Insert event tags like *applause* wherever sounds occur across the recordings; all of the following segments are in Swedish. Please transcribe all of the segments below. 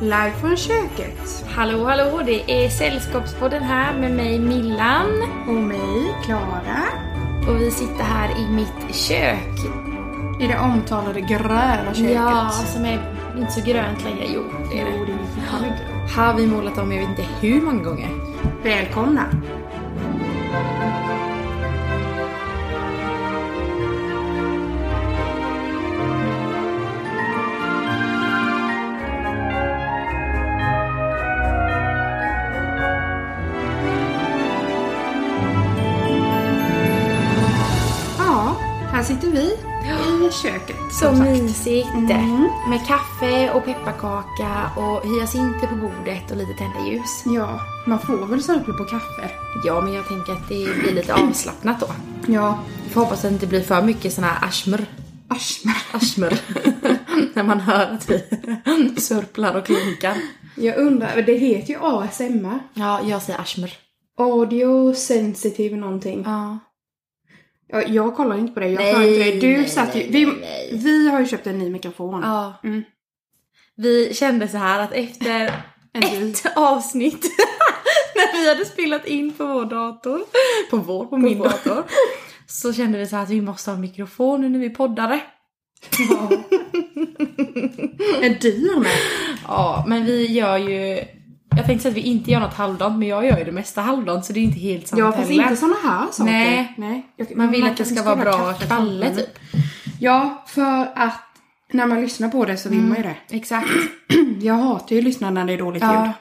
Live från köket. Hallå, hallå! Det är Sällskapspodden här med mig Millan. Och mig, Klara. Och vi sitter här i mitt kök. I det omtalade gröna köket. Ja, som är inte så grönt längre. Jo, det är Jo, det det. är fortfarande grönt. Här har vi målat om jag vet inte hur många gånger. Välkomna. Ja, här sitter vi i köket. Så som sagt. mysigt! Mm. Med kaffe och pepparkaka och hyacinter på bordet och lite tända ljus. Ja, man får väl sörpla på kaffe. Ja, men jag tänker att det blir *clears throat* lite avslappnat då. Ja, Vi får hoppas att det inte blir för mycket såna här ashmer. asch. men- *laughs* Ashmer. När man hör att vi *laughs* sörplar och klunkar. Jag undrar, det heter ju ASMR. Ja, jag säger ashmer. Audio sensitive någonting. Ja. Jag, jag kollar inte på det. Jag Nej, nej, inte det. Du nej, satt ju... nej, Vi, nej, nej. vi har ju köpt en ny mikrofon. ja. Mm. Vi kände så här att efter *laughs* En till. *laughs* ett avsnitt när vi hade spelat in på vår dator, på vår, på, min vår. dator, så kände vi så här att vi måste ha en mikrofon nu när vi poddade. Ja. en dyr med. Ja, men vi gör ju... Jag tänkte säga att vi inte gör något halvdant, men jag gör ju det mesta halvdant så det är inte helt sant Ja, fast inte såna här saker. Nej. nej. Jag- Man vill man att det kan ska vara skriva bra kaffe på kvalle den. typ. Ja, för att när man lyssnar på det så vill man ju det. Exakt. Jag hatar ju att lyssna när det är dåligt Mm. Ja. *laughs* ljud.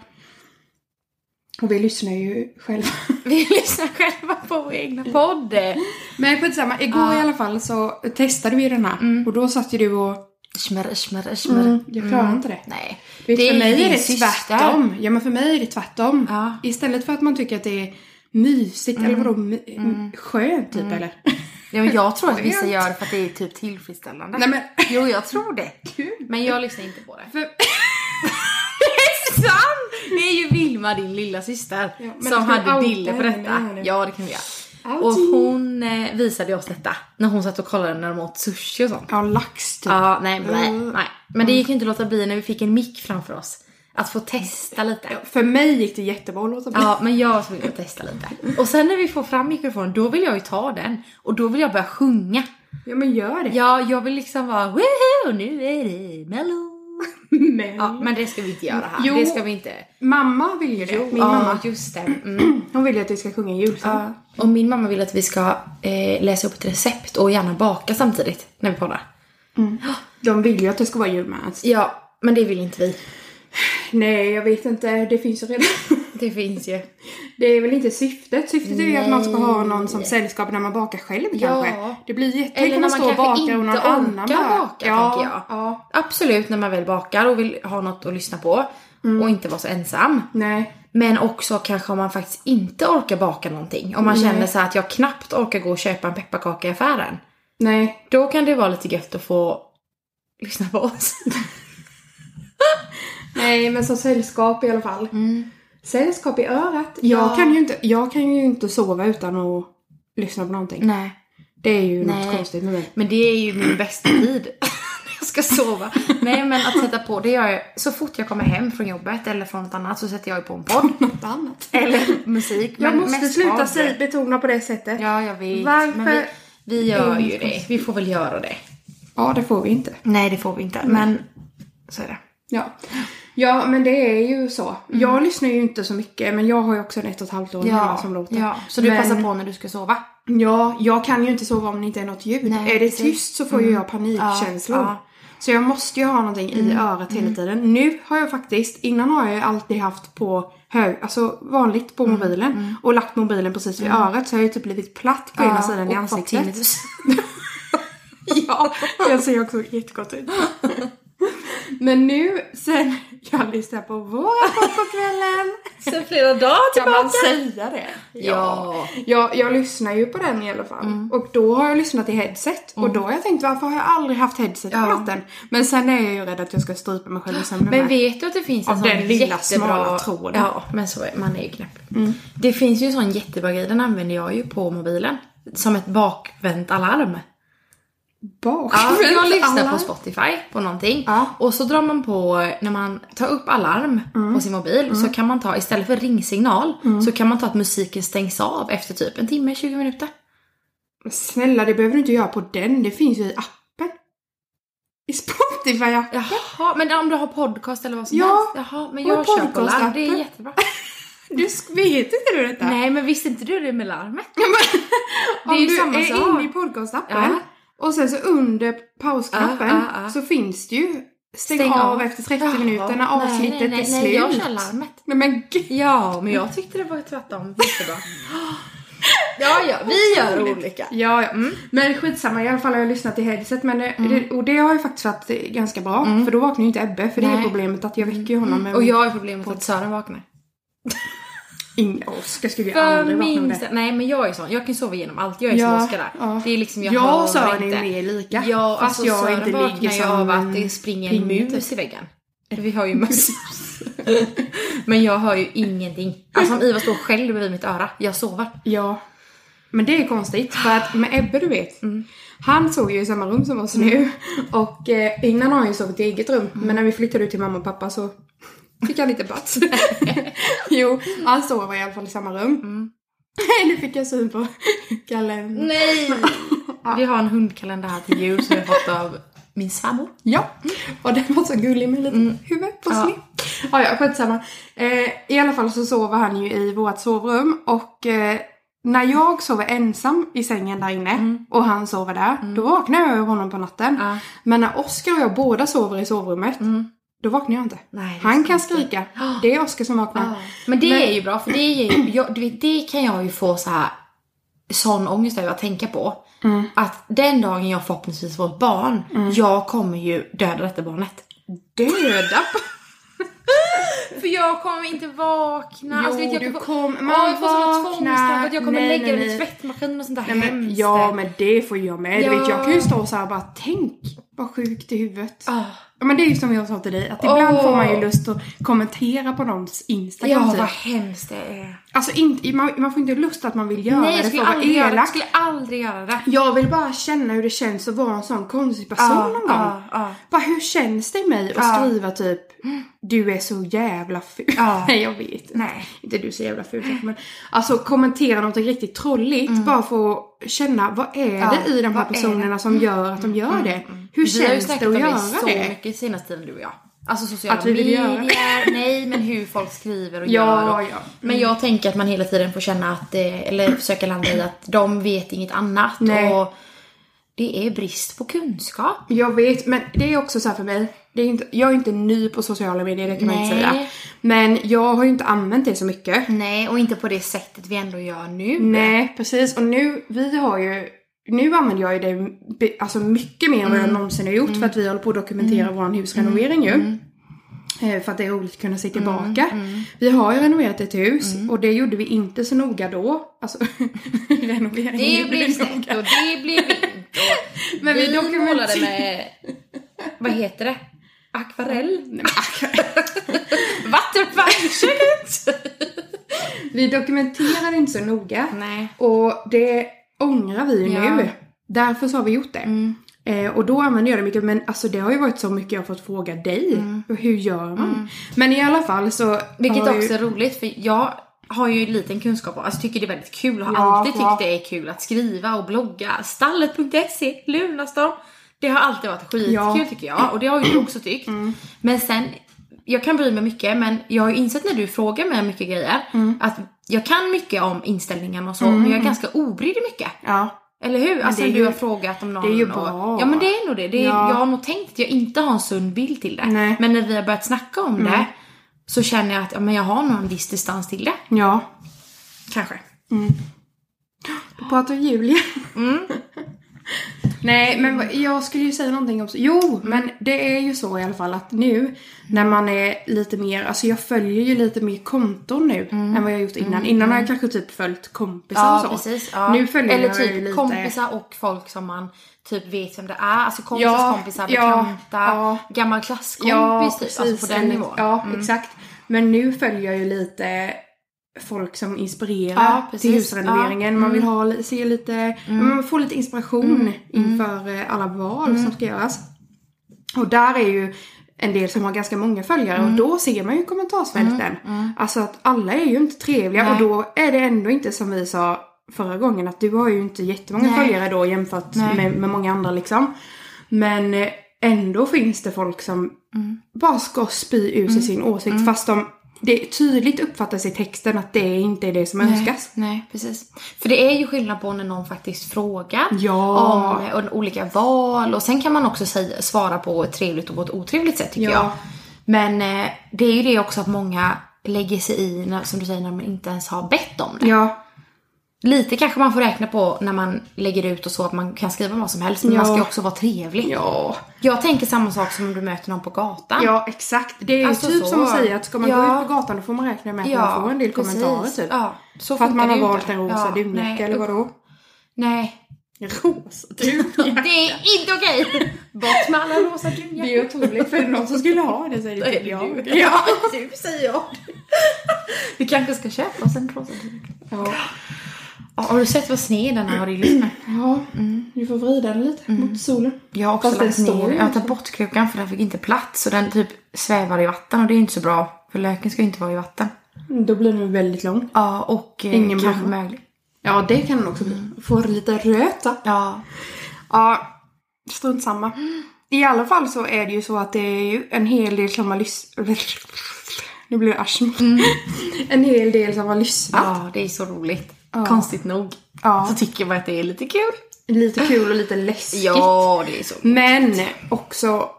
Och vi lyssnar ju själva. *laughs* Vi lyssnar själva på vår egna podd. Men skitsamma, igår i alla fall så testade vi den här. Mm. Och då satt ju du och... Schmör, schmör, schmör. Mm, jag klarar inte det. Nej. Vet, Det är för mig din är det syster. tvärtom. Ja, men för mig är det tvärtom. Ja. Istället för att man tycker att det är mysigt eller vadå, my- skönt typ eller? Ja, men jag tror att vissa Skönt. gör det för att det är typ tillfredsställande. Nej men Jo, jag tror det. kul! Men jag lyssnar inte på det. För, *laughs* Det är sant! Det är ju Vilma, din lilla syster Ja, men som ska vi outa hade dille på henne här detta. nu? Ja, det kan vi göra. Outing. Och hon eh, visade oss detta när hon satt och kollade när de åt sushi och sånt. *laughs* ja, lax typ. Ja, nej, nej, Mm. nej. Men det gick ju inte att låta bli när vi fick en mick framför oss. Att få testa lite. För mig gick det jättebra att låta bli. Ja, men jag var tvungen att testa lite. Och sen när vi får fram mikrofonen, då vill jag ju ta den. Och då vill jag börja sjunga. Ja men gör det. Ja, jag vill liksom vara woho, nu är det mello. *laughs* Men. Ja, men det ska vi inte göra här. Jo. Det ska vi inte. Mamma vill ju det. Min ja, mamma. just det. Mm. Hon vill ju att vi ska sjunga en julsång. Ja. Och min mamma vill att vi ska eh, läsa upp ett recept och gärna baka samtidigt när vi poddar. De vill ju att det ska vara julmat. Ja, men det vill inte vi. Nej, jag vet inte. Det finns ju redan. Det finns ju. Det är väl inte syftet? Syftet är ju att man ska ha Nej. någon som sällskap när man bakar själv Ja. kanske. Det blir jätte... Eller Tänk om när man man står och kanske bakar och någon inte annan orkar bara- baka, ja, tänker jag. Ja, Absolut när man väl bakar och vill ha något att lyssna på och inte vara så ensam. nej. Men också kanske om man faktiskt inte orkar baka någonting. Om man känner så här att jag knappt orkar gå och köpa en pepparkaka i affären. Nej. Då kan det vara lite gött att få lyssna på oss. Nej, men som sällskap i alla fall. Sällskap i örat. Mm. Jag, Ja. kan ju inte, jag kan ju inte sova utan att lyssna på någonting. *laughs* Nej. Det är ju Nej. något konstigt med mig. Men det är ju min bästa tid. *laughs* jag ska sova. Nej men att sätta på, det gör jag så fort jag kommer hem från jobbet eller från något annat så sätter jag ju på en *laughs* podd. Något annat. eller musik. Jag men måste mest sluta podd. säga, betona på det sättet. Ja jag vet. Varför? Men vi, vi gör ju det. Vi får väl göra det. ja, det får vi inte. Nej det får vi inte men så är det. Ja. Ja, men det är ju så. Jag lyssnar ju inte så mycket, men jag har ju också en ett och ett halvt år hemma som låter. Mm. ja. Så du Men- passar på när du ska sova? Ja, jag kan ju inte sova om det inte är något ljud. Nej, är det precis. Mm. tyst så får ju jag panikkänslor. Ja, ja. Mm. Så jag måste ju ha någonting i örat hela tiden. Nu har jag faktiskt, innan har jag ju alltid haft på hög, alltså vanligt Mm. på mobilen och lagt mobilen precis vid örat så jag har ju typ blivit platt på ena sidan i och fått ansiktet. tinnitus. Ja, *laughs* jag ser också jättegott ut. Men nu sen jag lyssnar på vår podd på kvällen. *laughs* Sen flera dagar Kan man säga det? Ja. Jag, jag lyssnar ju på den i alla fall. Och då har jag lyssnat i headset. Och då har jag tänkt varför har jag aldrig haft headset på Ja. natten? Men sen är jag ju rädd att jag ska strypa mig själv i sömnen Men med. vet du att det finns en Av sån den lilla jättebra... smala tråden. Mm. Ja, men så är man är ju knäpp. Det finns ju *laughs* en sån jättebra grej, den använder jag ju på mobilen. Som ett bakvänt alarm. Bak. Ja, jag lyssnar Alarm. på Spotify på någonting Ja. och så drar man på, när man tar upp alarm Mm. på sin mobil så kan man ta, istället för ringsignal, så kan man ta att musiken stängs av efter typ en timme, 20 minuter. Men Snälla, det behöver du inte göra på den. Det finns ju i appen. I Spotify appen. Jaha, men om du har podcast eller vad som Ja, helst? Jaha, men och jag kör på larm. podcastappen. Det är jättebra. Du sk- vet inte du detta? *laughs* Nej, men visste inte du det med larmet? *laughs* Om det är ju du samma är sak. inne i podcastappen Ja. och sen så under pausknappen Ja, ja, ja. så finns det ju stäng, Stäng av av. efter 30 Jaha. minuter när Nej, avsnittet nej, nej, är slut. nej, jag kör larmet. Nej men gud. Ja, men jag tyckte det var tvärtom. Jättebra. *gasps* Ja, ja, vi gör olika. Ja, ja. Men skitsamma, i alla fall har jag lyssnat i headset. Men, eh, Mm. det, och det har ju faktiskt varit eh, ganska bra. För då vaknar ju inte Ebbe, för det är Nej. Mm. problemet att jag väcker ju honom med Och jag har problemet att Sören vaknar. Inga Oskar skulle ju För aldrig vakna med det. minsta... Nej men jag är sån, jag kan sova genom allt. Jag är Ja, som Oskar där. ja. Det är liksom, jag Jag hör och Sören är inte. ju mer lika. Ja, fast alltså, jag Sören inte vaknar ligger ju av som att en det springer en pingvin, mus i väggen. Vi har ju möss. *laughs* men jag hör ju ingenting. Alltså om Ivar står själv bredvid mitt öra, jag sover. Ja. Men det är konstigt för att med Ebbe du vet. Han sov ju i samma rum som oss nu. Och eh, innan har han ju sovit i eget rum. Men när vi flyttade ut till mamma och pappa så fick han inte plats. *laughs* jo, han sover i alla fall i samma rum. *laughs* nu fick jag syn på kalendern. Nej! *laughs* Vi har en hundkalender här till jul som jag fått av min sambo. Ja, och den var så gullig med lite huvud på Mm. Ja. sned. Ja, ja, skitsamma. Eh, I alla fall så sover han ju i vårt sovrum och eh, när jag sover ensam i sängen där inne och han sover där, då vaknar jag av honom på natten. Mm. Ja. Mm. Men när Oskar och jag båda sover i sovrummet, då vaknar jag inte. Nej, det är han kan sant. skrika. Det är Oskar som vaknar. Men det Men- är ju bra för det, är ju, jag, du vet, det kan jag ju få så här sån ångest över att tänka på. Att den dagen jag förhoppningsvis får ett barn, jag kommer ju döda detta barnet. Döda! För jag kommer inte vakna. Jo, alltså, vet, jag du kommer- kom- man Ja, jag får såna vaknar. tvångstankar att jag kommer Nej, lägga nej, den i nej. tvättmaskinen och sånt där Nej, men, hemskt. ja, men det får jag med. Du vet, Ja. jag kan ju stå så här och bara tänk vad sjukt i huvudet. Ah. Ja men det är ju som jag sa till dig, att ibland Åh. får man ju lust att kommentera på någons Ja, Instagram vad typ. hemskt det är. Alltså inte, man, man får inte lust att man vill göra Nej, jag det skulle för att vara aldrig, göra, jag elak. skulle aldrig göra det. Jag vill bara känna hur det känns att vara en sån konstig person Ja, någon ja, gång. ja. Bara hur känns det i mig att Ja. skriva typ du är så jävla ful. Ja. *laughs* Nej jag vet inte. Nej. Inte du är så jävla ful kanske, men alltså kommentera något riktigt trolligt bara för att känna vad är Mm. Ja, det i de här vad är det? Mm, personerna som gör att de gör det. Hur Vi har ju känns det snackat om att det göra så det? mycket senaste tiden du och jag. Alltså sociala Att vi vill göra det. medier, nej men hur folk skriver och gör. Ja, Mm. Och, ja. Men jag tänker att man hela tiden får känna att, eh, eller försöka landa i att de vet inget annat. Nej. Och det är brist på kunskap. Jag vet, men det är också så här för mig. Det är inte, jag är inte ny på sociala medier, det kan man inte Nej. säga. Men jag har ju inte använt det så mycket. Nej, och inte på det sättet vi ändå gör nu. Nej, precis. Och nu, vi har ju... Nu använder jag ju det be- alltså mycket mer än vad jag Mm. någonsin har gjort för att vi håller på att dokumentera vår husrenovering ju. Mm. Eh, För att det är roligt att kunna se tillbaka. Vi har ju renoverat ett hus Mm. och det gjorde vi inte så noga då. Alltså, *laughs* renovering Det gjorde blev vi snett noga. och det blev vint. och *laughs* Men vi målade dokumenterade. med, vad heter det? Akvarell? Nej, men- *laughs* Vattenfärg? Vi dokumenterade inte så noga. Nej. Och det ångrar vi ju Ja. Mm. nu. Därför så har vi gjort det. Eh, och då använder jag det mycket. Men alltså det har ju varit så mycket jag har fått fråga dig. Hur gör man? Men i alla fall så... Mm. Vilket har ju- också är roligt för jag har ju liten kunskap och alltså, tycker det är väldigt kul och har Ja, alltid tyckt ja. det är kul att skriva och blogga. Stallet.se, Lunarstorm. Det har alltid varit skitkul Ja. Mm. tycker jag och det har ju du också tyckt. Men sen, jag kan bry mig mycket men jag har ju insett när du frågar mig om mycket grejer Mm. att jag kan mycket om inställningarna och så men jag är ganska obrydd i mycket. Ja. Eller hur? Alltså det är du ju- har frågat om någon det är ju bra. och, Ja men det är nog det. det är, Ja. Jag har nog tänkt att jag inte har en sund bild till det. Nej. Men när vi har börjat snacka om det så känner jag att ja, men jag har nog en viss distans till det. Ja. Kanske. Då pratar Julia. Mm. *laughs* Nej men vad- jag skulle ju säga någonting om... Mm. Jo men det är ju så i alla fall att nu när man är lite mer, alltså jag följer ju lite mer konton nu Mm. än vad jag gjort innan. Innan har jag kanske typ följt kompisar och så. Nu följer Eller jag typ ju lite... kompisar och folk som man typ vet vem det är. Alltså kompisars Ja, kompisar, ja, bekanta, ja. gammal klasskompis Ja, typ. precis. Alltså på den Eller- nivån. Ja, exakt. Men nu följer jag ju lite folk som inspirerar Ja, precis. Mm. till husrenoveringen. Man vill ha, li- se lite, man får lite inspiration inför eh, alla val Mm. som ska göras. Och där är ju en del som har ganska många följare Mm. och då ser man ju kommentarsfälten. Alltså att alla är ju inte trevliga och Nej. då är det ändå inte som vi sa förra gången att du har ju inte jättemånga Nej. följare då jämfört Nej. med, med många andra liksom. Men eh, ändå finns det folk som Mm. bara ska spy ur sig sin åsikt fast de, det är tydligt uppfattas i texten att det inte är det som önskas. Nej, Eh, nej, precis. För det är ju skillnad på när någon faktiskt frågar Ja. om eh, olika val och sen kan man också säga, svara på ett trevligt och på ett otrevligt sätt tycker Ja. jag. Men eh, det är ju det också att många lägger sig i, när, som du säger, när man inte ens har bett om det. Ja, Lite kanske man får räkna på när man lägger ut och så att man kan skriva vad som helst men Ja. man ska ju också vara trevlig. ja, Jag tänker samma sak som om du möter någon på gatan. ja exakt. Det är ju Ah. Alltså typ så. som att säga att ska man gå Ja. ut på gatan då får man räkna med att Ja, man får en del precis. kommentarer typ. Ja, så För att funkar man det har ju valt inte. en rosa Ja, nej, dunjacka eller usch. vadå? Nej, Rosa *laughs* dunjacka? Det är inte okej! Bort med alla rosa dunjackor. Det är otroligt, för är det någon som skulle ha det så är det typ jag. Ja, *laughs* du Typ säger jag. Vi kanske ska köpa oss en rosa dunjacka. Ja. Ja, har du sett vad sned den har rullat med? Ja, du får vrida den lite mot solen. Jag har också Fast den lagt står ner. ju Jag har inte. tagit bort krukan för den fick inte plats. Så den typ svävar i vatten och det är inte så bra. För löken ska ju inte vara i vatten. Mm, Då blir den väldigt lång. Ja, och eh, Ingen kanske blomma. mögel. Ja, det kan den också bli. Får lite röta. Ja. Ja, strunt samma. I alla fall så är det ju så att det är ju en hel del som har lyssnat. *laughs* Nu blir det arsm. *laughs* En hel del som har lyssnat. ja, det är så roligt. Konstigt nog. Ja. Så tycker man att det är lite kul. Lite kul och lite läskigt. Ja, det är så Men också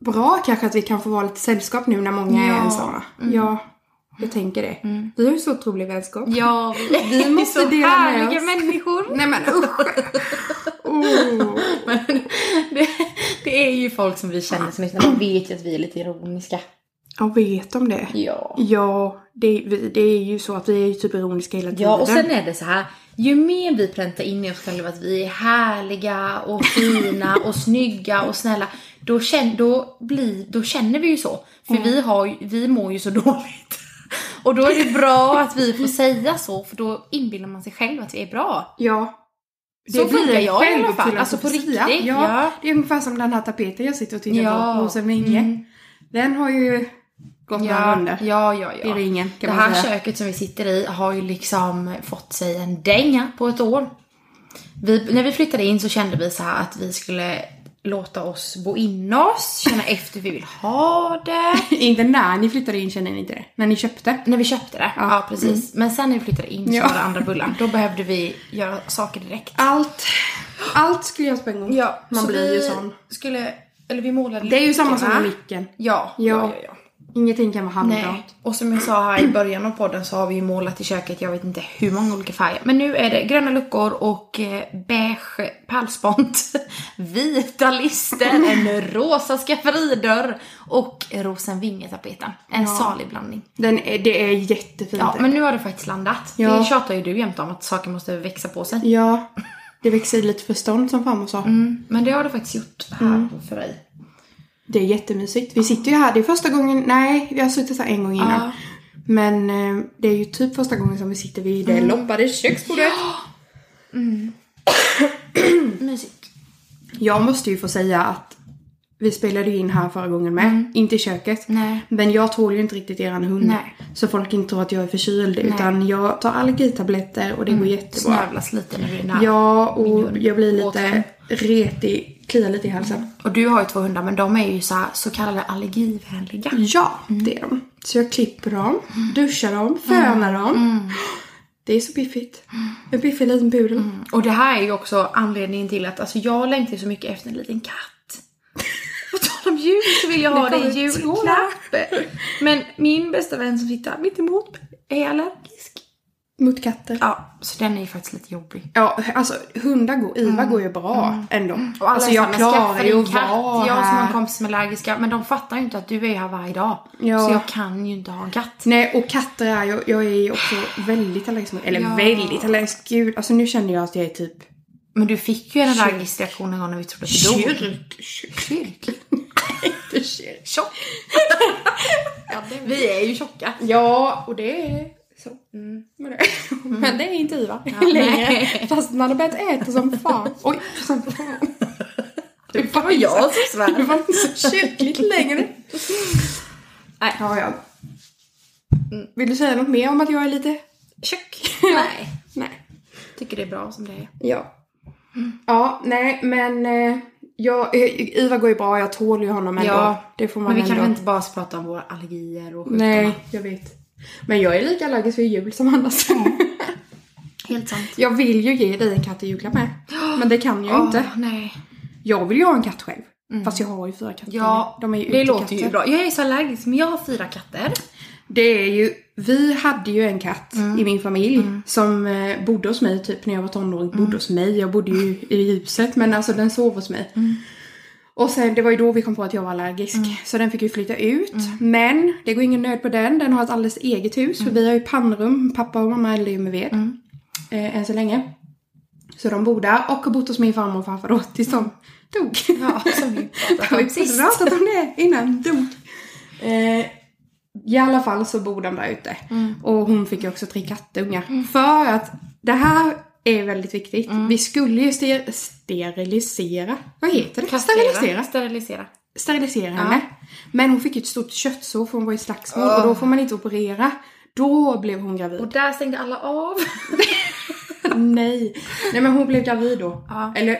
bra kanske att vi kan få vara lite sällskap nu när många Ja. Mm. är ensamma. Ja, jag tänker det. Vi har ju så otrolig vänskap. Ja, *laughs* vi, Vi måste är så dela med härliga oss. människor. Nej men usch! Oh. *laughs* Men det, det är ju folk som vi känner som lyssnar. Man vet ju att vi är lite ironiska. Jag vet om det. Ja. Ja, det, vi- det är ju så att vi är ju typ ironiska hela tiden. Ja, och sen är det så här. Ju mer vi präntar in i oss själva att vi är härliga och fina och snygga och snälla, då känner, då blir, då känner vi ju så. För vi, har, ju- vi mår ju så dåligt. *laughs* Och då är det bra att vi får säga så, för då inbillar man sig själv att vi är bra. Ja. Så blir funkar en jag i alla självuppfyllande fall, alltså på profetia. riktigt, Ja. ja. Det är ungefär som den här tapeten jag sitter och tittar Ja. på, Rosen med Inge. Mm. Den har ju gått några Ja, runder ja, ja. i ja. ringen kan Det man här säga. köket som vi sitter i har ju liksom fått sig en dänga på ett år. Vi, när vi flyttade in så kände vi så här att vi skulle låta oss bo in oss, känna *laughs* efter hur vi vill ha *laughs* det. Inte när ni flyttade in känner ni inte det? När ni köpte? När vi köpte det, ja, precis. Men sen när vi flyttade in så Mm. Ja. var det andra bullan. Då behövde vi göra saker direkt. Allt, allt skulle göras på en gång. Man så blir vi ju sån. Skulle, eller vi målade Det är ju samma som lyckorna. med micken. Ja, ja, Ja. ja. ja, ja. Ingenting kan vara Nej. halvdant. Och som jag sa här i början av podden så har vi ju målat i köket, jag vet inte hur många olika färger. Men nu är det gröna luckor och eh, beige pärlspont, *laughs* vita lister, en rosa skafferidörr och rosenvingetapeten. En salig blandning. Den är, det är jättefint. Ja, men nu har det faktiskt landat. Ja. Mm. Det tjatar ju du jämt om, att saker måste växa på sig. ja. Det växer i lite förstånd som farmor sa. Mm, Men det har det faktiskt gjort här Mm. för dig. Det är jättemysigt. Vi sitter ju här, det är första gången, nej vi har suttit här en gång innan. Ja. Men eh, det är ju typ första gången som vi sitter vid det loppade köksbordet. Mysigt. Jag måste ju få säga att vi spelade ju in här förra gången med, inte i köket. Nej. Men jag tål ju inte riktigt eran hund. Nej. Så folk inte tror att jag är förkyld utan jag tar allergitabletter och det Mm. går jättebra. Snövlas lite när du är nära. Ja och jag blir lite Återigen. retig, kliar lite i halsen. Och du har ju två hundar, men de är ju så, här, så kallade allergivänliga. Ja, Mm. det är de. Så jag klipper dem, duschar dem, fönar dem. Mm. Det är så piffigt. En piffig liten pudel. Och det här är ju också anledningen till att alltså, jag längtar ju så mycket efter en liten katt. På tal om jul så vill jag ha det Det i kommer ett julklapp. Men min bästa vän som sitter här mitt emot är allergisk. Mot katter. Ja. Ja, så den är ju faktiskt lite jobbig. alltså hundar går, Iva går ju bra ändå. Mm. Och alla alltså är så här, jag "Men klarar skaffa ju en att vara Jag som har en här. kompis som är allergiska, men de fattar ju inte att du är här varje dag. Ja. Så jag kan ju inte ha en katt. Nej och katter är jag, jag är ju också väldigt allergisk mot, eller väldigt allergisk, gud alltså nu känner jag att jag är typ Men du fick ju en allergisk reaktion en gång när vi trodde att du dog. Kyrk. Kyrk. Inte kyrk. Tjock. Vi är ju tjocka. Ja och det är Så. Mm. Med det. Men det är inte IVA Ja, längre. nej. Fast man har börjat äta som fan. Oj, som fan. Det var Och jag som Det svär. var inte så kyrkligt längre. Nej. Ja, ja. Mm. Vill du säga något mer om att jag är lite tjock? Nej. nej. Tycker det är bra som det är. Ja. Ja, nej, men eh, jag, eh, Ivar går ju bra. Jag tål ju honom ändå. Ja, det får man Men vi ändå. kanske inte bara ska prata om våra allergier och sjukdomar. Nej, jag vet. Men jag är lika allergisk för jul som annars. Helt sant. jag vill ju ge dig en katt i julklapp med. Men det kan jag ju inte. Åh, nej. Jag vill ju ha en katt själv. Fast jag har ju fyra katter. Ja, de är ju det låter utekatter. ju bra. Jag är så allergisk, men jag har fyra katter. Det är ju, vi hade ju en katt i min familj som eh, bodde hos mig typ när jag var tonåring. Bodde hos mig, jag bodde ju i huset men alltså den sov hos mig. Och sen det var ju då vi kom på att jag var allergisk. Så den fick ju flytta ut. Men det går ingen nöd på den, den har ett alldeles eget hus. För vi har ju pannrum, pappa och mamma eldar ju med ved. Eh, än så länge. Så de bor där och har bott hos min farmor och farfar då tills de dog. Ja, *laughs* som vi Det har pratade vi om sist. pratat om det innan. Dumt. Eh, I alla fall så bor de där ute. Mm. Och hon fick ju också tre kattungar. För att det här är väldigt viktigt. Mm. Vi skulle ju ster- sterilisera. Vad heter det? Sterilisera. Sterilisera. Sterilisera henne. Men hon fick ju ett stort köttsår för hon var i slagsmål och då får man inte operera. Då blev hon Och gravid. där stängde alla av. *laughs* Nej. Nej men hon blev gravid då. Ja. Eller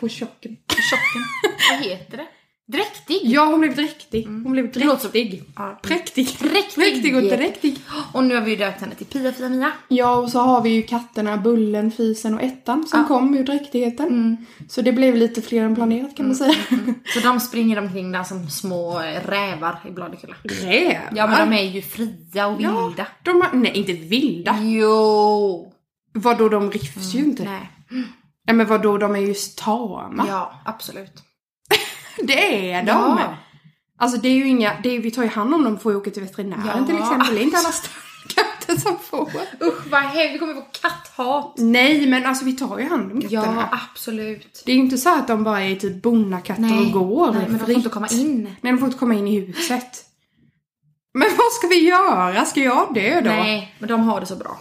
på chocken. Tjocken. Vad heter det? Dräktig. Ja hon blev dräktig. Hon blev Mm. Det låter som- dräktig. Ja. Präktig. Dräktig. Präktig och dräktig. Och nu har vi ju döpt henne till Pia, Fia, Mia. Ja, och så har vi ju katterna Bullen, Fisen och Ettan som kom ur dräktigheten. Så det blev lite fler än planerat kan man säga. Så de springer omkring där som små eh, rävar i Bladekulla. Rävar? Ja men de är ju fria och Ja, vilda. de har, nej, inte vilda. Jo! Vadå, de rifs ju inte. Mm, Nej. Nej. men vadå, de är ju tama. Ja, absolut. Det är de! Ja. Alltså det är ju inga, det är, vi tar ju hand om dem och får ju åka till veterinären Ja. till exempel. Det är inte alla starka katter som får. Usch vad hemskt, vi kommer få katthat. Nej, men alltså vi tar ju hand om katterna. Ja, absolut. Det är ju inte så att de bara är typ bonnakatter och går Nej, men de får fritt. inte komma in. Nej, de får inte komma in i huset. Men vad ska vi göra? Ska jag dö då? Nej, men de har det så bra.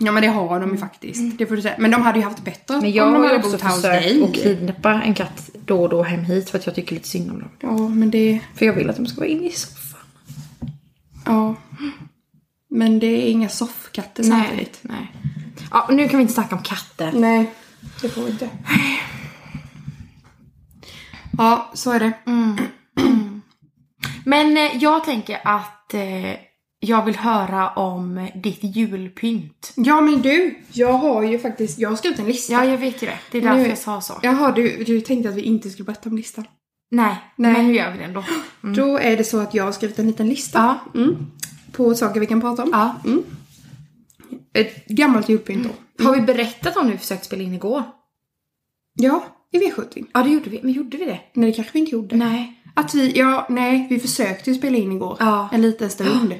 Ja men det har de ju faktiskt. Det får du säga. Men de hade ju haft bättre Men jag om de har ju hade också bott här hos försökt att dig. kidnappa en katt då och då hem hit för att jag tycker lite synd om dem. Ja men det... För jag vill att de ska vara inne i soffan. Ja. Men det är inga soffkatter samtidigt. nej. Ja, och nu kan vi inte snacka om katter. Nej. Det får vi inte. Ja, så är det. Men eh, jag tänker att eh, jag vill höra om ditt julpynt. Ja men du, jag har ju faktiskt... Jag har skrivit en lista. Ja, jag vet ju det. Det är därför Nu- jag sa så. Jaha, du, du tänkte att vi inte skulle berätta om listan. Nej, Nej. men nu gör vi det ändå. Då är det så att jag har skrivit en liten lista. Mm. Ja. Mm. På saker vi kan prata om. Ja. Mm. Ett gammalt julpynt då. Har vi berättat om när vi försökte spela in igår? Ja, i V70. Ja, det gjorde vi. Men gjorde vi det? Nej, det kanske vi inte gjorde. Nej. Att vi, ja, nej, vi försökte ju spela in igår. Ja. En liten stund.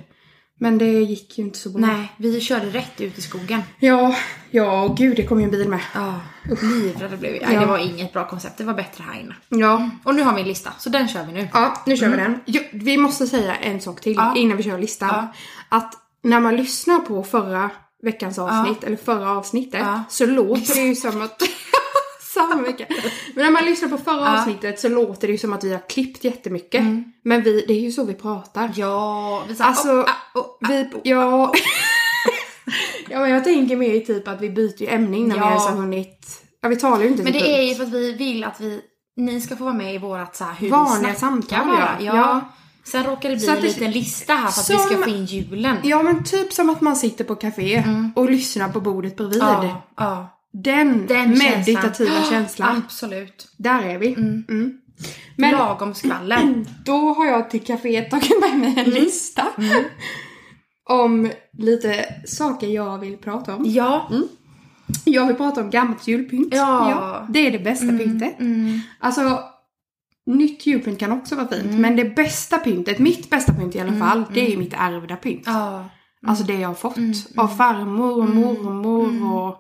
Men det gick ju inte så bra. Nej, vi körde rätt ut i skogen. Ja, ja, och gud, det kom ju en bil med. Ja, livrädda blev vi. Nej, Ja. det var inget bra koncept. Det var bättre här inne. Ja. Och nu har vi en lista, så den kör vi nu. Ja, nu kör vi den. Mm. Jo, vi måste säga en sak till Ja. innan vi kör listan. Ja. Att när man lyssnar på förra veckans avsnitt, eller förra avsnittet, Ja. så låter det ju *laughs* som att... *laughs* Samma vecka. Men när man lyssnar på förra Ja. Mm. avsnittet så låter det ju som att vi har klippt jättemycket. Men vi, det är ju så vi pratar. Ja, vi sa, Alltså, oh, ah, oh, ah. Vi, ja. *laughs* ja men jag tänker mer i typ att vi byter ju ämne innan Ja. vi ens har hunnit. Ja vi talar ju inte typ till Men det är ju punkt. för att vi vill att vi, ni ska få vara med i vårat så här, hur Vanliga vi samtal, bara. ja. Ja. Ja. Sen råkar det bli Så att en det- liten lista här för att vi Som- ska få in julen. Ja men typ som att man sitter på café och lyssnar på bordet bredvid. Mm. ja, ja. Den, Den meditativa *gasps* känslan. Ah. känslan. Absolut. Där är vi. Mm. Men Men... Lagom skvaller. *clears throat* då har jag till caféet tagit med mig en Mm. lista. *laughs* om lite saker jag vill prata om. Ja. Jag vill prata om gammalt julpynt. Ja. det är det bästa pyntet. Mm. Alltså, nytt julpynt kan också vara fint. Men det bästa pyntet, mitt bästa pynt i alla Mm. fall, det är ju mitt ärvda pynt. ja. Alltså det jag har fått av farmor och mormor och...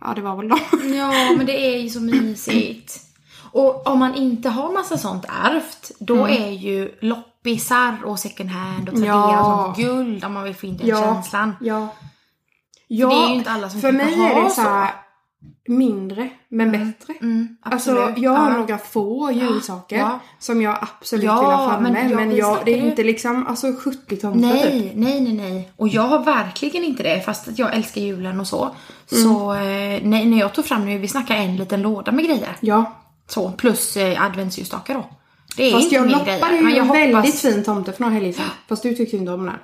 Ja, det var väl dem. Ja, men det är ju så mysigt. Och om man inte har massa sånt ärvt, då Mm. är ju loppisar och second hand och Tradera Ja. och sånt guld om man vill få in den känslan. ja. Ja, det är ju inte alla som för kanske mig har är det så. så här mindre men bättre. Mm, Alltså absolut. jag har Ja. några få julsaker Ja. som jag absolut Ja, vill ha framme. men Men, jag- vi jag, det snackade är ju- inte liksom alltså 70 tomter typ. Nej, nej, nej, nej. Och jag har verkligen inte det, fast att jag älskar julen och så. Så Mm. eh, nej, när jag tog fram nu, vi snackar en liten låda med grejer. Ja. Så, plus eh, adventsljusstakar då. Det är Fast inte jag min grej. loppade ju jag en hoppas- väldigt fin tomte för några helger *gasps* sedan. Fast du tyckte inte om den.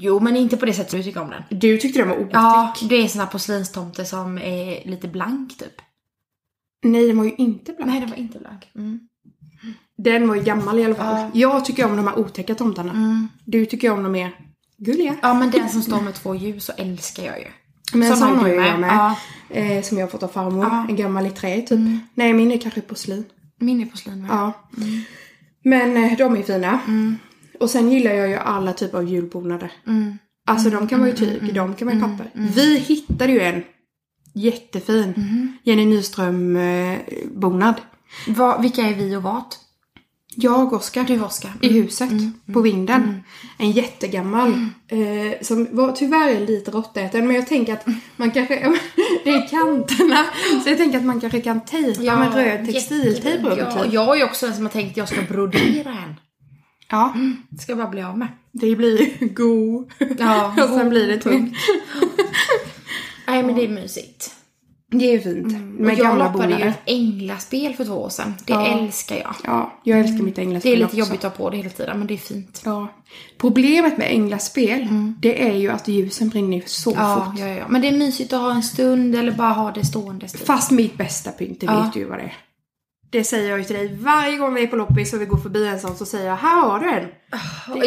Jo, men inte på det sättet du tycker om den. Du tyckte den var otäck. Ja, det är såna porslinstomter som är lite blank typ. Nej den var ju inte blank. Nej, den var inte blank. Mm. Den var ju gammal i alla fall. Jag tycker om de här otäcka tomtarna. Du tycker om de mer gulliga. Mm. Ja, men den som står med två ljus så älskar jag ju. Men Sån sån har du ju jag med. Ja, Eh, som jag har fått av farmor. En gammal i trä typ. Nej min är kanske porslin. min är porslin med. Ja. Men eh, de är fina. Och sen gillar jag ju alla typer av julbonader. Mm. Alltså de kan vara i tyg, de kan vara i papper. Vi hittade ju en jättefin Jenny eh, Nyström-bonad. Vad- vilka är vi och vad? Jag och Oskar Du, Oskar. i huset Mm. på vinden. En jättegammal. Eh, som var tyvärr lite råttäten men jag tänker att man kanske, *laughs* det är kanterna. Så jag tänker att man kanske kan tejpa med röd textiltejp runt. Ja, typ. jag är också en som har tänkt att jag ska brodera en. Ja. Ska jag bara bli av med. Det blir *laughs* ju god. Ja, *laughs* och sen blir det typ- tungt. Nej men det är mysigt. Det är ju fint. Men Med Mm. jag gamla loppade ju bonader. ett änglaspel för två år sedan. Det Ja. älskar jag. Ja, jag älskar mitt Mm. Det änglaspel är lite också. jobbigt att ha på det hela tiden men det är fint. Ja. Problemet med änglaspel, det är ju att ljusen brinner så Mm. Ja, fort. ja, ja. Men det är mysigt att ha en stund eller bara ha det stående. Stund. Fast mitt bästa pynt, det Ja. vet du ju vad det är. Det säger jag ju till dig varje gång vi är på loppis och vi går förbi en sån så säger jag här har du en.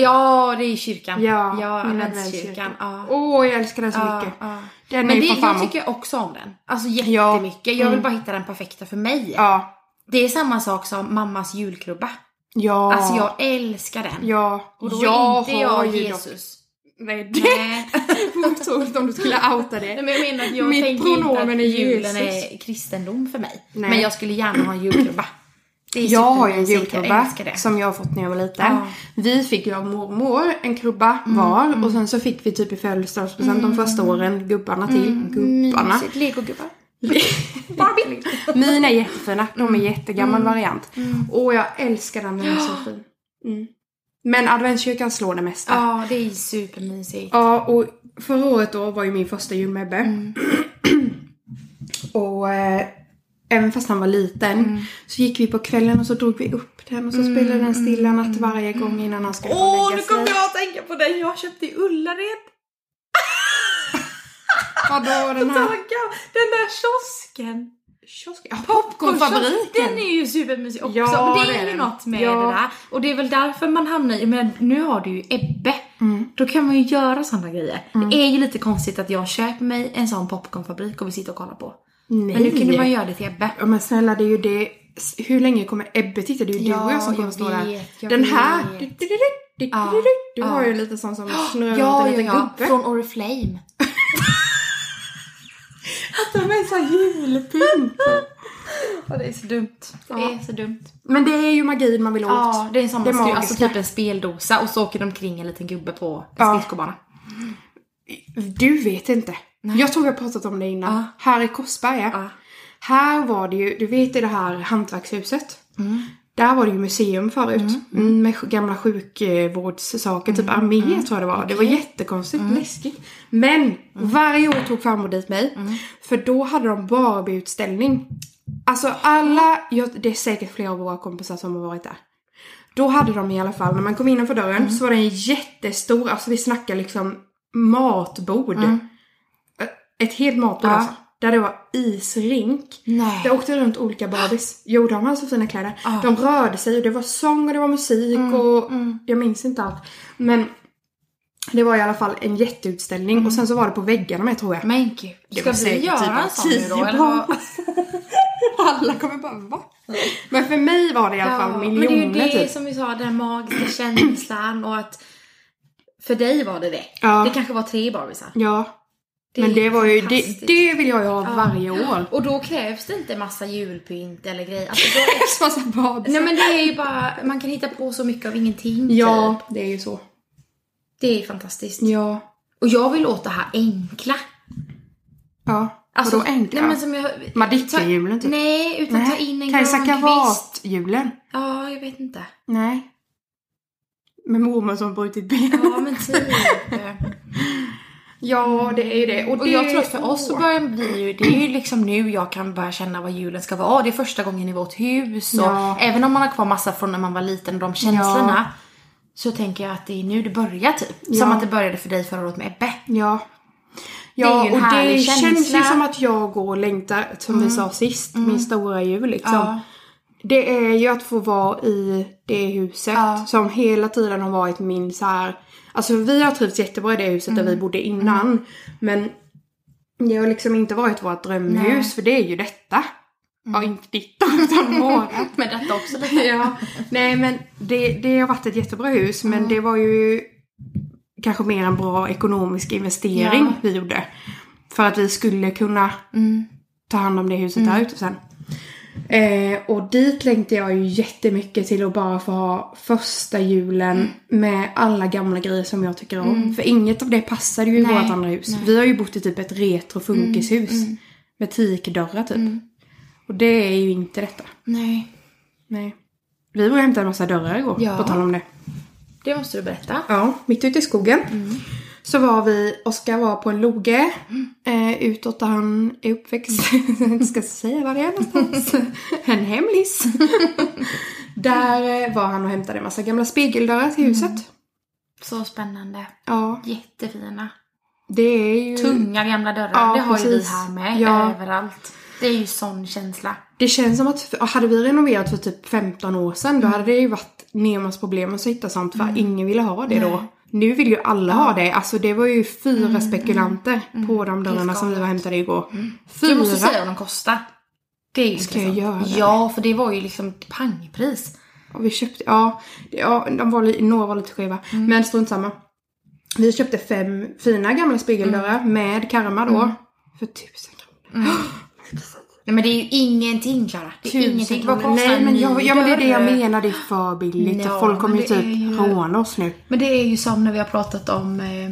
Ja, det är i kyrkan. Ja, ja min adventskyrkan. adventskyrka. Ja. Åh, jag älskar den så Ja, mycket. ja. Den Men är det, ju från jag farmor. Mm. tycker också om den. Alltså jättemycket. Jag vill bara hitta den perfekta för mig. Ja. Det är samma sak som mammas julkrubba. Ja. Alltså jag älskar den. Ja. Och då jag är inte jag ju dock- Jesus. Nej, *laughs* det *laughs* Nej. vore tråkigt om du skulle outa Nej, det. men jag menar att jag Mitt tänker inte att pronomen är julen Jesus. är kristendom för mig. Nej. Men jag skulle gärna ha en julkrubba. Det är Jag har ju en supermysigt, Jag julkrubba älskar det. som jag har fått när jag var liten. Ja. Mm, Vi fick ju av mormor en krubba var och sen så fick vi typ i födelsedagspresent de första åren gubbarna till. Gubbarna. Mm. Mysigt. Legogubbar. Barbie. *laughs* Mina är jättefina. De är jättegammal Mm. variant. Och jag älskar den. Den är *gasps* så fin. Mm. Men adventskyrkan slår det mesta. Ja, det är supermysigt. Ja, och förra året då var ju min första jul med Ebbe. Mm. *clears throat* och eh, även fast han var liten Mm. så gick vi på kvällen och så drog vi upp den och så spelade den stilla natt varje gång innan han skulle gå och mm, Åh, lägga nu sig. kommer jag att tänka på den jag köpte i Ullared. Vadå den här? Tagga, Den där kiosken. Ja, popcornfabriken! Den är ju supermysig också. Ja, men det det är är den. ju något med Ja. det där. Och det är väl därför man hamnar i, men nu har du ju Ebbe. Då kan man ju göra sådana grejer. Det är ju lite konstigt att jag köper mig en sån popcornfabrik och vi sitter och kollar på. Nej. Men nu kunde man göra det till Ebbe. Ja, men snälla det är ju det. S- Hur länge kommer Ebbe titta? Det är ju du Ja, och jag som kommer jag att stå vet, där. jag Den här. vet. Du, du, du, du, du, Ja, du, du. du ja. har ju lite sån som snurrar runt en Ja, ja, liten ja. gubbe. Från Oriflame. De är så här julpynt. Ja, det är så dumt. Det är så dumt. Men det är ju magin man vill åt. Ja, det är en sån man skruvar, alltså magiska. typ en speldosa och så åker de omkring en liten gubbe på en Ja. skridskobana. Du vet inte. Jag tror vi har pratat om det innan. Här i Korsberga. Ja. Här var det ju, du vet i det här hantverkshuset. Där var det ju museum förut. Mm, med gamla sjukvårdssaker, typ armé tror jag det var. Det var jättekonstigt, läskigt. Men varje år tog farmor dit mig. För då hade de Barbie-utställning. Alltså alla, jag, det är säkert flera av våra kompisar som har varit där. Då hade de i alla fall, när man kom innanför dörren så var det en jättestor, alltså vi snackar liksom matbord. Ett helt matbord Ja. alltså. Där det var isrink. Nej. Det åkte runt olika Barbies. Jo, de hade så fina kläder. Ah. De rörde sig och det var sång och det var musik Mm, och jag minns inte allt. Men det var i alla fall en jätteutställning och sen så var det på väggarna med tror jag. Men gud. Ska var vi säkert göra typ en sån nu då? tio Eller vad? barn. *laughs* Alla kommer bara va? Men för mig var det i alla fall men det är ju miljoner det typ. som vi sa, den magiska *clears throat* känslan och att för dig var det det. Ja. Det kanske var tre barbisar. Ja. Det men är det var ju, det, fantastiskt. det vill jag ju ha varje *laughs* år. Och då krävs det inte massa julpynt eller grejer. *laughs* Alltså, då är... Så- så Barbie. Nej men det är ju bara, man kan hitta på så mycket av ingenting. Ja, Typ. det är ju så. Det är fantastiskt. Ja. Och jag vill åt det här enkla. Ja, Alltså, vadå enkla? Nej, men som jag... Madickehjulen ta- typ? Nej, utan ta in en Kajsa grankvist. Kavat-hjulen? Ja, jag vet inte. Nej. Med mormor som brutit benet. Ja, men typ. *laughs* Ja, det är ju det. Och det- jag tror att för oss så Åh. börjar vi ju, det är ju liksom nu jag kan börja känna vad julen ska vara. Det är första gången i vårt hus och Ja. även om man har kvar massa från när man var liten och de känslorna. Så tänker jag att det är nu det börjar typ. Som Ja. att det började för dig förra året med Ebbe. Ja. är Ja, ju en och det härlig känns ju känsla. som att jag går och längtar, som vi sa sist, min stora jul liksom. Ja. Det är ju att få vara i det huset Ja. som hela tiden har varit min så här. Alltså vi har trivts jättebra i det huset där vi bodde innan. Men det har liksom inte varit vårt drömhus, Nej. för det är ju detta. Ja, inte ditt då, utan *laughs* vårt. Med detta *laughs* också *laughs* lite. ja, nej men det, det har varit ett jättebra hus men det var ju kanske mer en bra ekonomisk investering Ja. vi gjorde. För att vi skulle kunna Mm. ta hand om det huset här ute sen. Eh, och dit längtar jag ju jättemycket till att bara få ha första julen Mm. med alla gamla grejer som jag tycker om. För inget av det passade ju i Nej, Mm, vårt andra hus. Vi har ju bott i typ ett retro funkishus med teakdörrar typ. Och det är ju inte detta. Nej. Nej. Vi var och hämtade en massa dörrar igår, Ja. på tal om det. Det måste du berätta. Ja, mitt ute i skogen. Så var vi, Oskar var på en loge eh, utåt där han är uppväxt. Jag *laughs* ska säga var det är någonstans. en hemlis. *laughs* där eh, var han och hämtade en massa gamla spegeldörrar till huset. Så spännande. Ja, Jättefina. det är ju... Tunga gamla dörrar. Ja, det har ju vi precis. här med. Ja. Överallt. Det är ju sån känsla. Det känns som att hade vi renoverat för typ 15 år sedan Mm. då hade det ju varit Nemas problem att hitta sånt för ingen ville ha det då. Nu vill ju alla ha det. Alltså det var ju fyra spekulanter på de dörrarna Mm, Helt som vi var och hämtade igår. Du måste Fyra! säga vad de kostar. Det är ju Ska jag göra intressant. det? Ja, för det var ju liksom ett pangpris. Och vi köpte, ja, det- ja de var, li- några var lite skeva. Mm. Men strunt samma. Vi köpte fem fina gamla spegeldörrar Mm. med karma då. För tusen kronor. Nej men det är ju ingenting Klara. Det är ingenting. Vad kostar Nej men, en jag, ny ja, men det är det jag dörr? menar, det är för billigt. Ja, Folk kommer men ju det är typ ju- råna oss nu. Men det är ju som när vi har pratat om... Eh,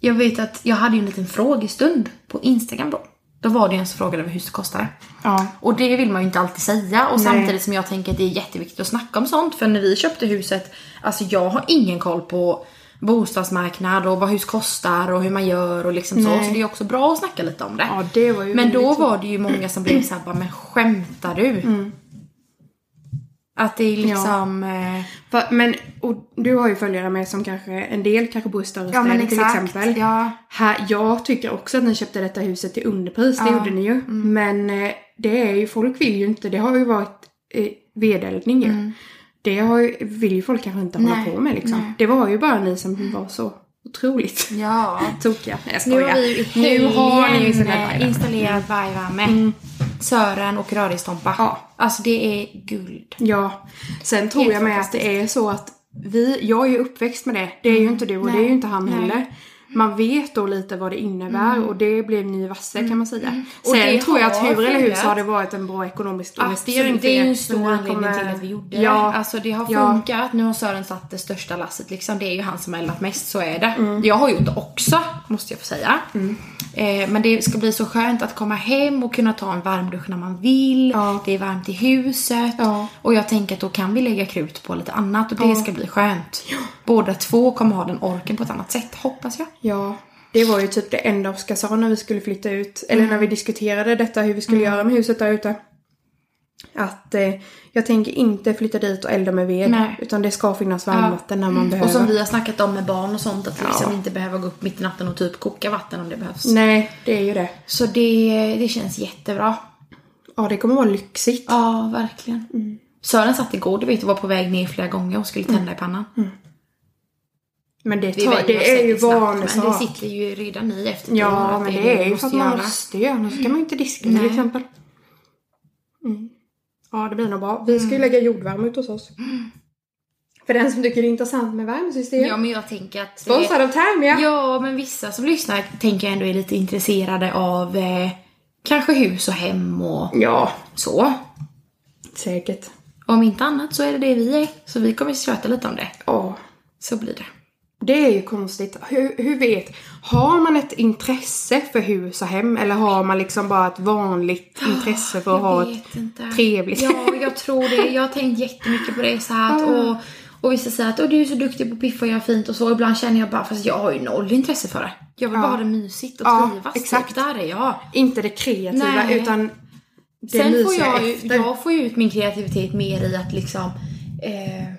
jag vet att jag hade ju en liten frågestund på Instagram då. Då var det ju en som frågade hur det kostar. Ja. Och det vill man ju inte alltid säga. Och samtidigt som jag tänker att det är jätteviktigt att snacka om sånt. För när vi köpte huset, alltså jag har ingen koll på bostadsmarknad och vad hus kostar och hur man gör och liksom så. Nej. Så det är också bra att snacka lite om det. Ja, det var ju men då väldigt- Mm. var det ju många som blev såhär, bara, men skämtar du? Att det är liksom... eh, För, men och du har ju följare med som kanske, en del kanske bor i större städer till exempel. Ja. Här, jag tycker också att ni köpte detta huset till underpris, det Ja. Mm. gjorde ni ju. Men eh, det är ju, folk vill ju inte, det har ju varit eh, vedeldning ju. Det har ju, vill ju folk kanske inte hålla Mm. Nej, på med liksom. nej. Det var ju bara ni som var så otroligt Ja. tokiga. Nej jag Mm. Nu skojar. har vi ju Nu har ni ju helgen, sina eh, dagar. installerat vargvärme. Sören och röristompa. Ja. Alltså det är guld. Ja, sen tror Helt jag med att det är så att vi, jag är ju uppväxt med det. Det är ju inte du och det är Mm. Nej, ju inte han nej. Mm. heller. Man vet då lite vad det innebär och det blev ni vassa kan man säga. Och Sen det tror jag att har hur eller hur så har funkat. det varit en bra ekonomisk investering Absolut, för Ah, det är er. ju en För stor ni anledning kommer- till att vi gjorde ja, det. Alltså det har Ja. funkat. Nu har Sören satt det största lasset liksom. Det är ju han som har eldat mest, så är det. Jag har gjort det också, måste jag få säga. Eh, men det ska bli så skönt att komma hem och kunna ta en varmdusch när man vill. Ja. Det är varmt i huset. Ja. Och jag tänker att då kan vi lägga krut på lite annat och det ska bli skönt. Båda två kommer ha den orken på ett annat sätt, hoppas jag. Ja, det var ju typ det enda Oskar sa när vi skulle flytta ut. Eller Mm. när vi diskuterade detta hur vi skulle göra med huset där ute. Att eh, jag tänker inte flytta dit och elda med ved. Nej. Mm. Utan det ska finnas varmvatten när man behöver. Och som vi har snackat om med barn och sånt, att Ja. liksom inte behöva gå upp mitt i natten och typ koka vatten om det behövs. Nej, det är ju det. Så det, det känns jättebra. Ja, det kommer vara lyxigt. Ja, verkligen. Mm. Sören satt igår, du vet, och var på väg ner flera gånger och skulle tända i pannan. Men det, Vi tar, vänjer oss Mm. det är ju säkert snabbt, Men det vanesak. sitter ju redan i efter ett år Ja, att men det är vi ju för att man göra. måste ju. Annars kan man ju inte diska Mm. Nej. till exempel. Mm. Ja, det blir nog bra. Vi ska Mm. ju lägga jordvärme ut hos oss. För den som tycker det är intressant med värmesystem. Ja, men jag tänker att... eh, Sponsrad av Thermia. Ja, men vissa som lyssnar tänker jag ändå är lite intresserade av eh, kanske hus och hem och ja, så. säkert. Om inte annat så är det det vi är, så vi kommer att tjöta lite om det. Ja. Så blir det. Det är ju konstigt. Hur, hur vet... Har man ett intresse för hus och hem eller har man liksom bara ett vanligt intresse för att Ah, Jag ha vet ett inte. trevligt... Ah. Ja, jag tror det. Jag har tänkt jättemycket på det. *laughs* Så här, att, och, och vissa säger att "Åh, du är så duktig på att piffa och göra fint och så. Ibland känner jag bara, fast jag har ju noll intresse för det. Jag vill bara ha det mysigt och Ja, trivas. exakt. Där är jag. Inte det kreativa Nej. utan det Sen får mysiga jag, ju, efter. jag får ju ut min kreativitet mer i att liksom... Eh,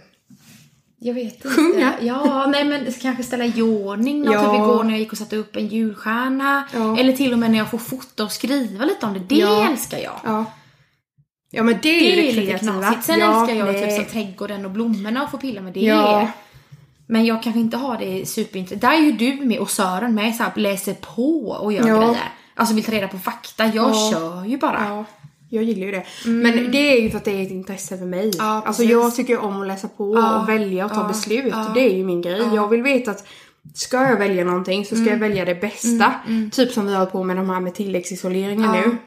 jag vet inte. Sjunga. Ja, nej men kanske ställa i ordning något. Ja. Typ igår när jag gick och satte upp en julstjärna. Ja. Eller till och med när jag får fota och skriva lite om det. Det Ja. älskar jag. Ja. Ja men det är Det ju är det ju lite kreativa. knasigt. Sen ja, älskar jag ju typ nej. som trädgården och blommorna och få pilla med det. Ja. Men jag kanske inte har det superintressant. Där är ju du med och Sören med. Så här, läser på och gör Ja. grejer. Alltså vill ta reda på fakta. Jag Ja. kör ju bara. Ja, Mm. jag gillar ju det. Men det är ju för att det är ett intresse för mig. alltså precis. jag tycker om att läsa på och välja och ta beslut. Det är ju min grej. Jag vill veta att ska jag välja någonting så ska jag välja det bästa. Typ som vi har på med de här med tilläggsisoleringen nu.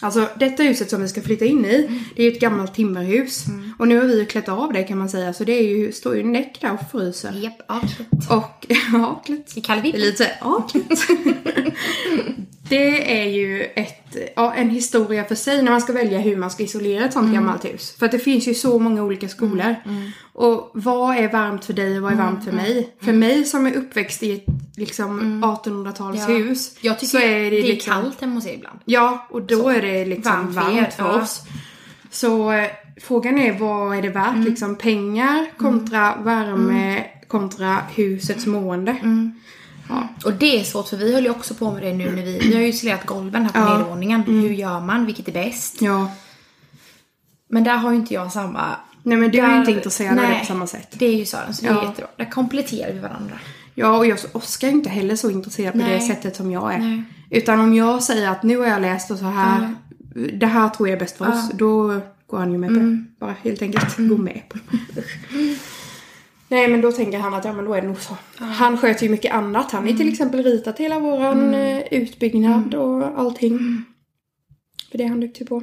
Alltså detta huset som vi ska flytta in i, det är ju ett gammalt timmerhus. Och nu har vi ju klätt av det kan man säga, så det är ju, står ju näck där och fryser. Japp, avslut. Och, *laughs* ja, klätt. I Kalvin. Det är lite *laughs* artigt. det är ju ett, ja, en historia för sig när man ska välja hur man ska isolera ett sånt Mm. gammalt hus. För att det finns ju så många olika skolor. Och vad är varmt för dig och Mm, vad är varmt för mig? För mig som är uppväxt i ett liksom 1800-talshus Mm. Jag tycker så är det, det är liksom, kallt hemma hos er ibland. Ja, och då är det liksom Varmt varmt för för, er, ja. oss. Så eh, frågan är vad är det värt? Mm. Liksom pengar kontra värme kontra husets mående. Mm. Och det är svårt för vi höll ju också på med det nu när vi, vi har ju isolerat golven här på nedervåningen. Mm. Hur gör man? Vilket är bäst? Ja. Men där har ju inte jag samma... Nej men du är där- ju inte intresserad av det Nej, på samma sätt. Det är ju Sören, så det är Ja. jättebra. Där kompletterar vi varandra. Ja och jag, Oskar är inte heller så intresserad på Nej. det sättet som jag är. Nej. Utan om jag säger att nu har jag läst och så här, det här tror jag är bäst för oss. Då går han ju med på Mm. det. Bara helt enkelt gå med på det. Nej men då tänker han att ja men då är det nog så. Han sköter ju mycket annat. Han har ju Mm. till exempel ritat hela våran eh, utbyggnad och allting. Mm. För det är han duktig på.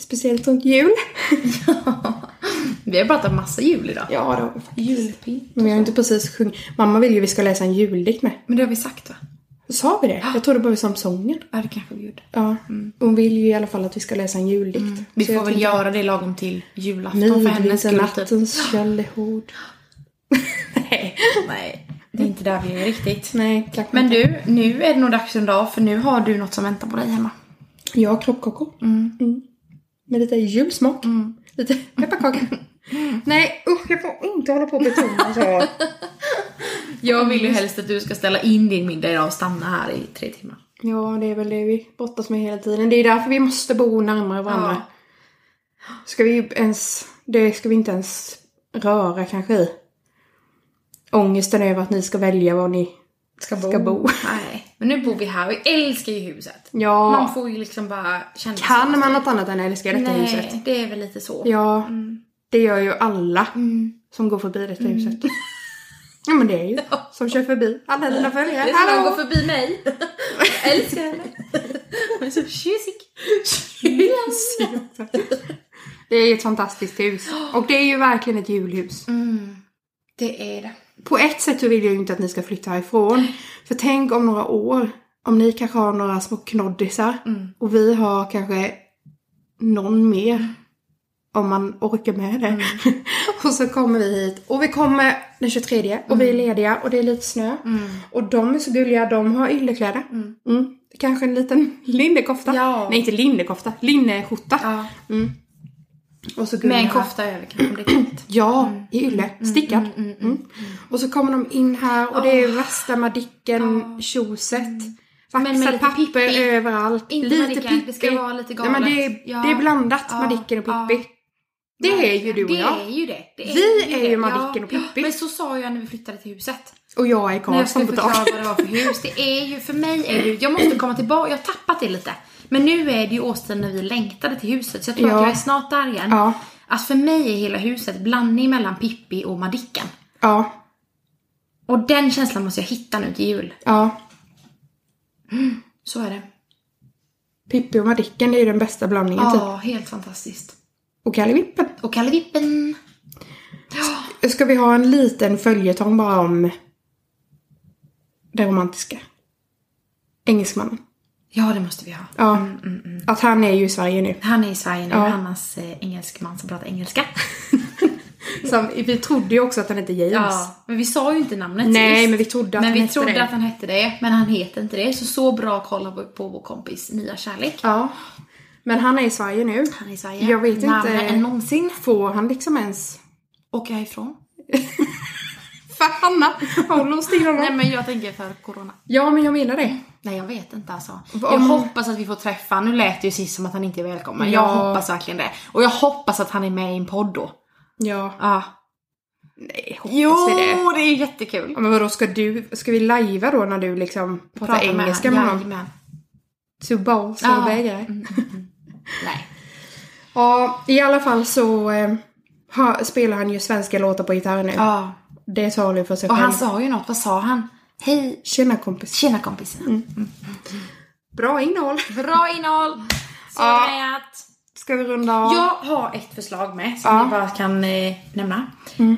Speciellt runt jul. Vi har pratat massa jul idag. Ja det har vi faktiskt. Julpynt. Men vi har inte precis sjungit. Mamma vill ju vi ska läsa en juldikt med. Men det har vi sagt va? Sa vi det? Jag trodde bara vi sa om sången. Ja, det kanske vi gjorde. Ja. Hon vill ju i alla fall att vi ska läsa en juldikt. Vi Så får jag väl tänkte, göra det lagom till julafton för hennes Nidvita skull. Typ. nattens köldehord. *laughs* Nej. Nej, det är inte där vi är riktigt. Nej, tack. Men du, nu är det nog dags för en dag för nu har du något som väntar på dig hemma. Jag har kroppkakor. Mm. Med lite julsmak. Lite pepparkaka. *laughs* Nej, usch jag får inte hålla på och betona så. Jag vill ju helst att du ska ställa in din middag idag och stanna här i tre timmar. Ja, det är väl det vi brottas med hela tiden. Det är därför vi måste bo närmare varandra. Ska vi ju ens... Det ska vi inte ens röra kanske i. Ångesten över att ni ska välja var ni Ska bo. Ska *laughs* bo. Nej, men nu bor vi här och vi älskar ju huset. Ja. Man får ju liksom bara känna Kan sig. man något annat än älska detta Nej, Mm. huset? det är väl lite så. Mm. Ja, det gör ju alla som går förbi detta huset. Ja men det är *laughs* ju som kör förbi alla dina följare. Det är som att gå Hallå! förbi mig. Jag älskar henne. Hon är så tjusig. *laughs* Det är ju ett fantastiskt hus. Och det är ju verkligen ett julhus. Mm. Det är det. På ett sätt så vill jag ju inte att ni ska flytta härifrån. För tänk om några år, om ni kanske har några små knoddisar Mm. och vi har kanske någon mer. Mm. Om man orkar med det. *laughs* och så kommer vi hit och vi kommer den 23 och vi är Mm. lediga och det är lite snö. Och de är så gulliga, de har yllekläder. Mm. Kanske en liten *laughs* linnekofta. Ja. Nej inte linnekofta, linneskjorta. Ja. Och så Med en gulliga. kofta över kanske om det är kallt. Ja, i ylle. Stickad. Mm. Och så kommer de in här och det är värsta Madicken-tjoset. Ah. Mm. Men med Vaxat lite papper Pippi. överallt. Inte lite Madicken, Pippi. det ska vara lite Nej, men det, galet. är, Ja. det är blandat, Ja, Madicken och ja. Pippi. Det är ju du och Det jag. är ju det. det Vi är det. ju Madicken och Pippi. Men så sa jag när vi flyttade till huset. Och jag är När jag Karlsson skulle på förklara taket. vad det var för hus. Det är ju, för mig är det ju, jag måste komma tillbaka, jag har tappat det lite. Men nu är det ju årstiden när vi längtade till huset så jag tror Ja. att jag är snart där igen. Ja. Alltså för mig är hela huset blandning mellan Pippi och Madicken. Ja, Och den känslan måste jag hitta nu till jul. ja. Så är det. Pippi och Madicken det är ju Ah. den bästa blandningen typ. Ja, helt fantastiskt. Och Kalle Vippen. Och Kalle Vippen. Ska vi ha en liten följetong bara om det romantiska? Engelsmannen. Ja, det måste vi ha. Ja. Att han är ju i Sverige nu. Han är i Sverige nu, annars eh, engelskman som *laughs* pratar engelska. Som, vi trodde ju också att han hette James. Ja, men vi sa ju inte namnet Nej, sist. men vi trodde att men han vi hette trodde det. att han hette det. Men han heter inte det. Så så bra koll har vi på vår kompis Mia Kärlek. Ja. Men han är i Sverige nu. Han är i Sverige. Jag vet inte. Närmare än någonsin. Får han liksom ens... Och jag är ifrån. För Hanna, har hon låst in Nej honom? men jag tänker för corona. Ja, men jag menar det. Nej jag vet inte alltså. Va- Jag om- hoppas att vi får träffa Nu lät det ju sist som att han inte är välkommen. Jag Ja. hoppas verkligen det. Och jag hoppas att han är med i en podd då. Ja. Ja. Nej, hoppas Jo, vi det. det är ju jättekul. Ja, men vadå, ska du... Ska vi lajva då när du liksom pratar engelska med honom? Jajamän. To balls Ja. och bägare. Mm, mm, mm. Nej. Ja, i alla fall så eh, ha, spelar han ju svenska låtar på gitarr nu. Ja. Det talar ju för sig Och han själv. sa ju något. Vad sa han? Hej, Tjena kompis. tjena kompisen. Mm. Bra innehåll. Bra innehåll! Så Ja. är att Ska vi runda av? Jag har ett förslag med som Ja. Mm. jag bara kan eh, nämna.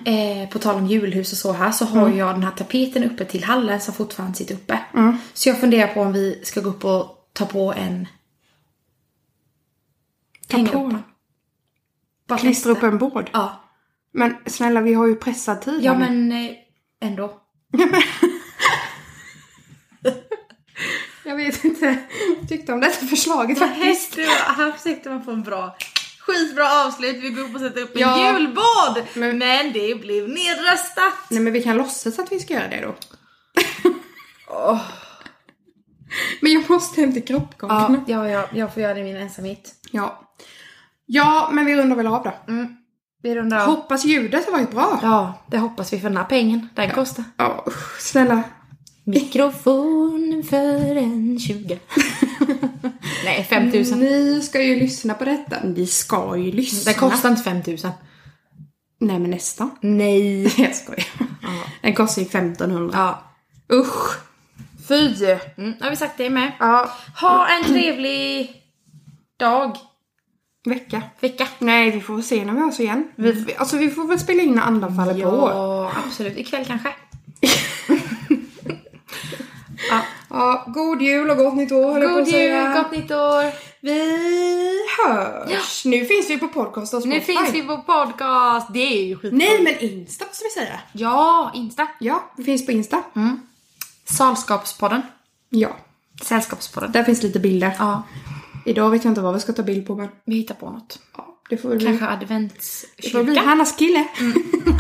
Eh, på tal om julhus och så här så har jag den här tapeten uppe till hallen som fortfarande sitter uppe. Mm. Så jag funderar på om vi ska gå upp och ta på en... Ta hänga på upp den. Bara Klistra upp testa. en board. Ja. Men snälla, vi har ju pressad tid. ja, här nu. men eh, *laughs* ändå. Jag vet inte *laughs* vad jag tyckte om detta förslaget faktiskt. Häst, här försökte man få en bra... Skitbra avslut, vi går upp och sätter upp en Ja. julbord! Men... Men- det blev nedröstat! Nej men vi kan låtsas att vi ska göra det då. Men jag måste hem till kroppgången. Ja. ja, ja, jag får göra det i min ensamhet. ja. Ja, men vi rundar väl av då. Mm. Vi rundar av. Hoppas ljudet har varit bra. Ja, det hoppas vi för den här pengen. Den kostar. Ja, usch, snälla. Mikrofonen för en *laughs* 20. Nej, 5000. Ni ska ju lyssna på detta. Ni ska ju lyssna. Den kostar inte 5000. Nej men nästan. Nej. *laughs* Jag skojar. Den kostar ju 1500. Ja. Usch. Fy. Mm, har vi sagt det med. Ja. Ha en trevlig dag, Vecka. vecka. Nej, vi får väl se när vi hörs igen. Vi, vi- alltså vi får väl spela in när andan faller på. Ja, absolut. Ikväll kanske. Ja, god jul och gott nytt år höll jag på God att säga. jul, gott nytt år. Vi hörs! Nu finns vi på podcast och Nu Spotify. finns vi på podcast. Det är ju skit. Nej men Insta måste vi säga. Ja, Insta. Ja, vi finns på Insta. Salskapspodden. Ja, Sällskapspodden. där finns lite bilder. Ja, Idag vet jag inte vad vi ska ta bild på men vi hittar på något. ja, det får väl bli. Kanske Mm. Mm. Det får bli adventskyrka. Hannas kille.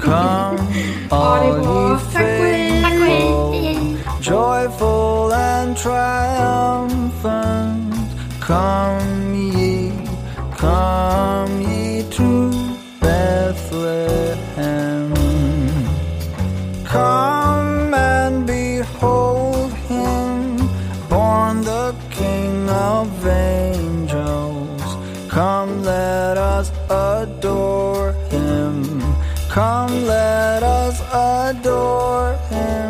Come, Ja, det är all bra. ye Tack och hej! Tack och hej. hej, hej. joyful and triumphant. Come ye, come ye to Bethlehem. Come and behold him, born the King of angels. Come, let us adore him. Come, let us adore him.